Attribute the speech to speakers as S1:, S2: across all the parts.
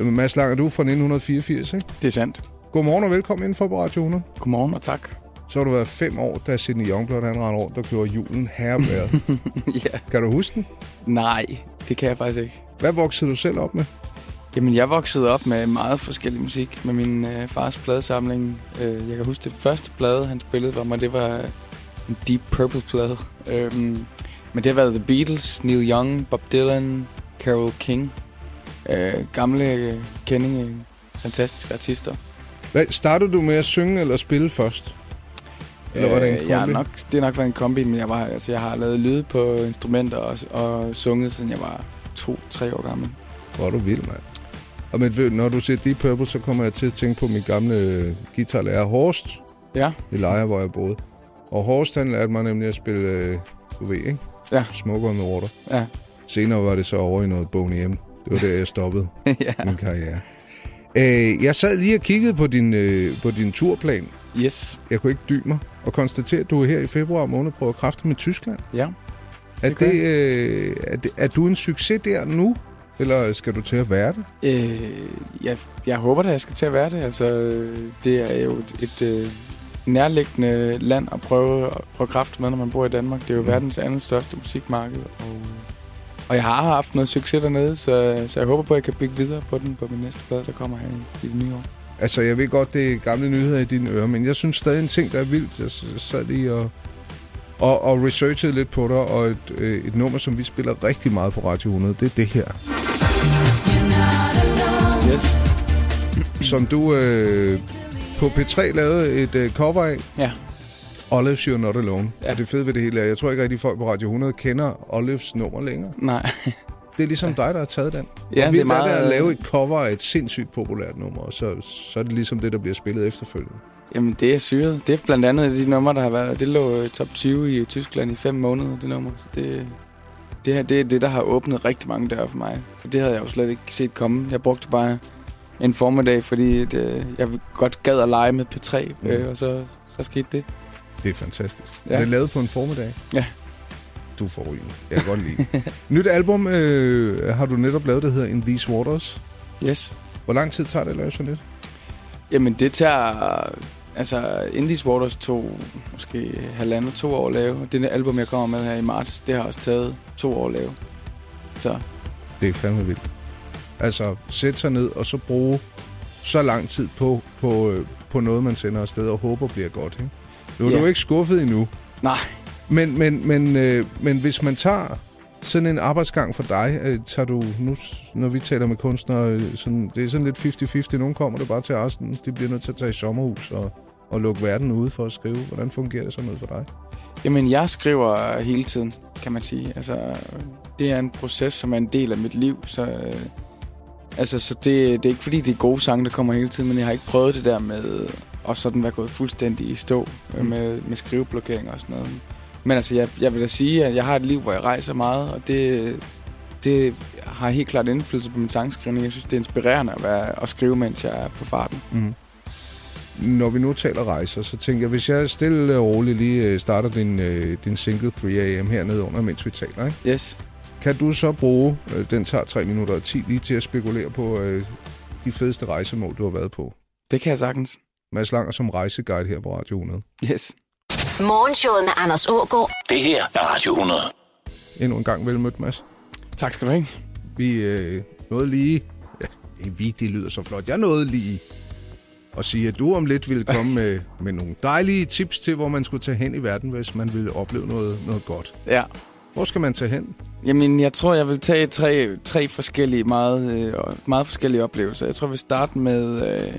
S1: Mads Langer, du er fra 1984, ikke?
S2: Det er sandt.
S1: Godmorgen og velkommen indenfor på Radio 100.
S2: Godmorgen og tak.
S1: Så har du været fem år, da Sidney Youngblood han rendte rundt og gjorde julen herrebæret.
S2: ja.
S1: kan du huske den?
S2: Nej, det kan jeg faktisk ikke.
S1: Hvad voksede du selv op med?
S2: Jamen, jeg voksede op med meget forskellig musik, med min øh, fars pladesamling. Øh, jeg kan huske, det første plade, han spillede for mig, det var en Deep Purple-plade. Øhm, men det har været The Beatles, Neil Young, Bob Dylan, Carole King. Øh, gamle øh, kendinge, fantastiske artister.
S1: Hvad, startede du med at synge eller spille først? Eller var det en kombi?
S2: Øh, Jeg har nok, det har nok været en kombi, men jeg, var, altså, jeg har lavet lyde på instrumenter og, og sunget, siden jeg var to-tre år gammel.
S1: Hvor er du vild, mand. Og men ved, når du siger Deep Purple, så kommer jeg til at tænke på min gamle øh, guitarlærer Horst
S2: Ja,
S1: i Lejre, hvor jeg boede. Og Horst, han lærte mig nemlig at spille, øh, du ved, ikke?
S2: Ja.
S1: Smukker med order.
S2: ja,
S1: Senere var det så over i noget Boney M. Det var der, jeg stoppede
S2: ja.
S1: min karriere. Øh, jeg sad lige og kiggede på din, øh, på din turplan.
S2: Yes,
S1: Jeg kunne ikke dybe mig. Og konstatere, at du er her i februar måned på at kræfte med Tyskland.
S2: ja.
S1: Er,
S2: Det gør
S1: det, øh, er, det, er du en succes der nu? Eller skal du til at være det?
S2: Øh, jeg, jeg håber da, jeg skal til at være det. Altså, øh, det er jo et, et øh, nærliggende land at prøve, at prøve kraft med, når man bor i Danmark. Det er jo
S1: Mm.
S2: mm. verdens andet største musikmarked. Og, og jeg har haft noget succes dernede, så, så jeg håber på, at jeg kan bygge videre på den på min næste plade, der kommer her i, i det nye år.
S1: Altså, jeg ved godt, det er gamle nyheder i dine ører, men jeg synes stadig en ting, der er vildt. Jeg s- sad lige og, og, og researchede lidt på dig, og et, øh, et nummer, som vi spiller rigtig meget på Radio 100, det er det her.
S2: Yes.
S1: Som du øh, på P3 lavede et øh, cover af.
S2: Ja.
S1: Olives You're Not Alone. Ja.
S2: Ja.
S1: Og det fede ved det hele er, jeg tror ikke rigtig folk på Radio 100 kender Olives nummer længere.
S2: Nej.
S1: Det er ligesom dig, der har taget den.
S2: Ja,
S1: og vildt er det at
S2: øh,
S1: lave et cover af et sindssygt populært nummer, og så, så er det ligesom det, der bliver spillet efterfølgende.
S2: Jamen, det er syret. Det er blandt andet de numre, der har været... Det lå øh, top 20 i Tyskland i fem måneder, det nummer. Så det, det her, det er det, der har åbnet rigtig mange døre for mig. For det havde jeg jo slet ikke set komme. Jeg brugte bare en formiddag, fordi at, øh, jeg godt gad at lege med P3, øh,
S1: Mm.
S2: og så, så skete det.
S1: Det er fantastisk. Ja.
S2: Ja.
S1: Det er lavet på en formiddag.
S2: Ja.
S1: Du er forrygende. Jeg kan godt lide det. Nyt album øh, har du netop lavet, der hedder In These Waters.
S2: Yes.
S1: Hvor lang tid tager det at lave sådan et?
S2: Jamen, det tager... Altså, Indies Waters tog måske halvandet, to år at lave. Og det album, jeg kommer med her i marts, det har også taget to år at lave. Så
S1: Det er fandme vildt. Altså, sætte sig ned og så bruge så lang tid på, på, øh, på noget, man sender afsted og håber bliver godt. Ikke? Nu er
S2: Ja.
S1: du ikke skuffet endnu.
S2: Nej.
S1: Men, men, men, øh, men hvis man tager sådan en arbejdsgang for dig, øh, tager du, nu, s- når vi taler med kunstnere, øh, sådan, det er sådan lidt 50-50. Nogle kommer der bare til resten. De bliver nødt til at tage i sommerhus og, og lukke verden ude for at skrive. Hvordan fungerer det sådan noget for dig?
S2: Jamen, jeg skriver hele tiden, kan man sige. Altså, det er en proces, som er en del af mit liv, så... Øh, altså, så det, det er ikke fordi, det er gode sange, der kommer hele tiden, men jeg har ikke prøvet det der med at sådan være gået fuldstændig i stå øh,
S1: Mm.
S2: med, med skriveblokering og sådan noget. Men altså, jeg, jeg vil da sige, at jeg har et liv, hvor jeg rejser meget, og det, det har helt klart indflydelse på min sangskrivning. Jeg synes, det er inspirerende at, være, at skrive, mens jeg er på farten.
S1: Mm. Når vi nu taler rejser, så tænker jeg, hvis jeg stille og roligt lige øh, starter din, øh, din single 3AM hernede under, mens vi taler, ikke?
S2: Yes.
S1: kan du så bruge, øh, den tager 3 minutter og 10, lige til at spekulere på øh, de fedeste rejsemål, du har været på?
S2: Det kan jeg sagtens.
S1: Mads Langer som rejseguide her på Radio 100.
S2: Yes.
S3: Morgenshowet med Anders Ågaard.
S4: Det her er Radio 100.
S1: Endnu en gang velmødt, Mads.
S2: Tak skal du have.
S1: Vi øh, nåede lige... Ja, vi, det lyder så flot. Jeg nåede lige at sige, at du om lidt ville komme med, med nogle dejlige tips til, hvor man skulle tage hen i verden, hvis man ville opleve noget, noget godt.
S2: Ja.
S1: Hvor skal man tage hen?
S2: Jamen, jeg tror, jeg vil tage tre, tre forskellige, meget, øh, meget forskellige oplevelser. Jeg tror, vi starter med, øh,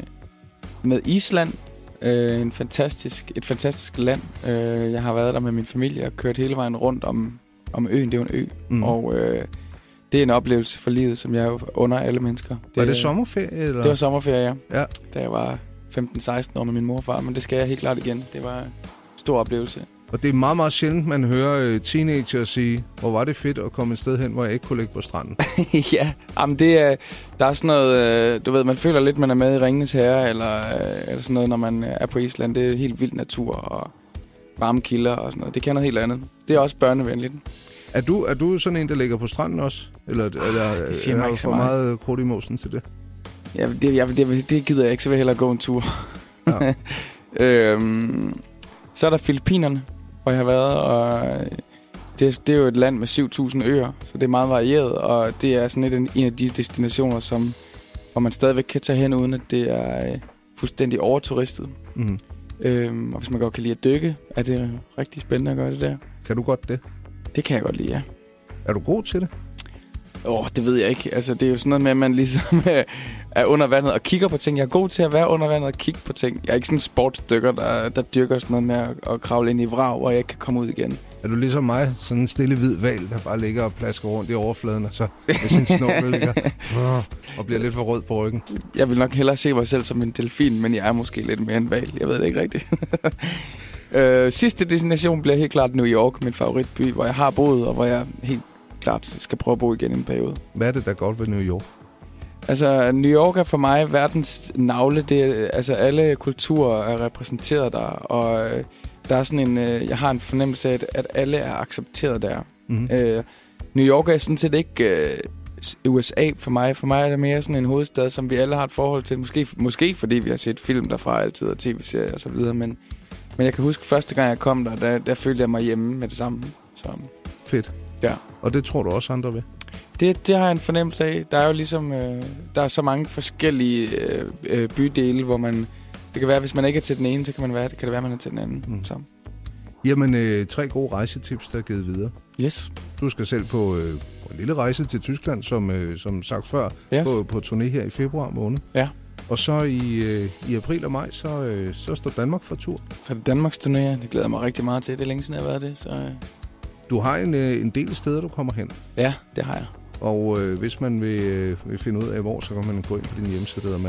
S2: med Island. Øh, en fantastisk, et fantastisk land. Øh, jeg har været der med min familie og kørt hele vejen rundt om, om øen. Det er jo en ø.
S1: Mm.
S2: Mm. Og øh, det er en oplevelse for livet, som jeg under alle mennesker.
S1: Var det sommerferie? Eller?
S2: Det var sommerferie, ja.
S1: Ja.
S2: Da jeg var 15-16 år med min mor og far. Men det skal jeg helt klart igen. Det var en stor oplevelse.
S1: Og det er meget, meget sjældent, man hører øh, teenager sige, hvor var det fedt at komme et sted hen, hvor jeg ikke kunne ligge på stranden.
S2: ja, jamen det er, der er sådan noget, øh, du ved, man føler lidt, man er med i Ringenes Herre, eller, øh, eller sådan noget, når man øh, er på Island. Det er helt vild natur og varme kilder og sådan noget. Det kan noget helt andet. Det er også børnevenligt.
S1: er, du, er du sådan en, der ligger på stranden også? Eller, eller
S2: Ah, det siger
S1: øh,
S2: mig
S1: har du
S2: ikke så
S1: for
S2: meget.
S1: meget krudt i mosen til det?
S2: Ja, det, jeg, det, det gider jeg ikke, så vil jeg hellere gå en tur.
S1: Ja.
S2: øhm, så er der Filippinerne, hvor jeg har været, og det, det er jo et land med 7.000 øer, så det er meget varieret, og det er sådan lidt en, en af de destinationer, som, hvor man stadigvæk kan tage hen, uden at det er øh, fuldstændig overturistet.
S1: Mm.
S2: Øhm, og hvis man godt kan lide at dykke, er det rigtig spændende at gøre det der.
S1: Kan du godt det?
S2: Det kan jeg godt lide, ja.
S1: Er du god til det?
S2: Åh, oh, det ved jeg ikke. Altså, det er jo sådan noget med, at man ligesom øh, er under vandet og kigger på ting. Jeg er god til at være under vandet og kigge på ting. Jeg er ikke sådan en sportsdykker, der, der dyrker sådan noget med at, at kravle ind i vrag, hvor jeg ikke kan komme ud igen.
S1: Er du ligesom mig, sådan en stille hvid val, der bare ligger og plasker rundt i overfladen, og så med sin snorkel ligger og bliver lidt for rød på ryggen?
S2: Jeg vil nok hellere se mig selv som en delfin, men jeg er måske lidt mere en val. Jeg ved det ikke rigtigt. øh, sidste destination bliver helt klart New York, min favoritby, hvor jeg har boet, og hvor jeg helt klart skal prøve at bo igen i en periode.
S1: Hvad er det, der er godt ved New York?
S2: Altså, New York er for mig verdens navle. Det er, altså, alle kulturer er repræsenteret der, og øh, der er sådan en, øh, jeg har en fornemmelse af, at, at alle er accepteret der.
S1: Mm.
S2: Øh, New York er sådan set ikke øh, USA for mig. For mig er det mere sådan en hovedstad, som vi alle har et forhold til. Måske, måske fordi vi har set film derfra altid, og tv-serier og så videre, men, men jeg kan huske første gang, jeg kom der, der, der følte jeg mig hjemme med det samme. Så
S1: Fedt.
S2: Ja.
S1: Og det tror du også andre ved?
S2: det, det har jeg en fornemmelse af. Der er jo ligesom, øh, der er så mange forskellige øh, øh, bydele, hvor man, det kan være, hvis man ikke er til den ene, så kan, man være, kan det være, man er til den anden.
S1: Mm.
S2: Mm. Så,
S1: Jamen, øh, tre gode rejsetips, der er givet videre.
S2: yes.
S1: Du skal selv på, øh, på en lille rejse til Tyskland, som, øh, som sagt før,
S2: yes.
S1: på, på turné her i februar måned.
S2: Ja.
S1: Og så i, øh, i april og maj, så, øh, så står Danmark for tur.
S2: Så er det Danmarks turné, det glæder jeg mig rigtig meget til. Det er længe siden, jeg har været det, så øh,
S1: Du har en, øh, en del steder, du kommer hen.
S2: ja, det har jeg.
S1: Og øh, hvis man vil, øh, vil finde ud af hvor, så kan man gå ind på din hjemmeside, der hedder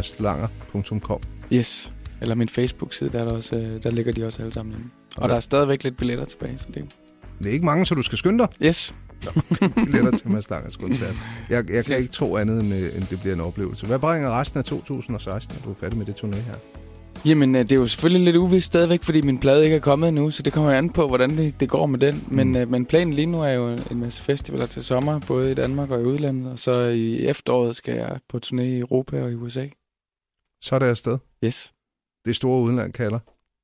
S1: maslanger.com.
S2: Yes. Eller min Facebook-side, der, er der, også, øh, der ligger de også alle sammen hjemme. Og
S1: Okay.
S2: der er stadigvæk lidt billetter tilbage, så det
S1: Det er ikke mange, så du skal skynde dig.
S2: Yes.
S1: Billetter til Mads Langers koncert. Jeg, jeg kan ikke tro andet, end, øh, end det bliver en oplevelse. Hvad bringer resten af 2016, når du er færdig med det turné her?
S2: Jamen, øh, det er jo selvfølgelig lidt uvist stadigvæk, fordi min plade ikke er kommet endnu, så det kommer jo an på, hvordan det, det går med den. Men,
S1: Mm.
S2: øh, men planen lige nu er jo en masse festivaler til sommer, både i Danmark og i udlandet, og så i efteråret skal jeg på turné i Europa og i USA.
S1: Så er det afsted.
S2: Yes,
S1: Det store udenland kalder.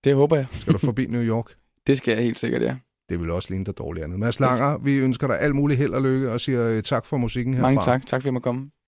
S2: det håber jeg.
S1: Skal du forbi New York?
S2: Det skal jeg helt sikkert, ja.
S1: Det vil også ligne dig dårligt andet. Mads Langer, vi ønsker dig alt muligt held og lykke, og siger øh, tak for musikken herfra.
S2: Mange tak. Tak fordi jeg måtte komme.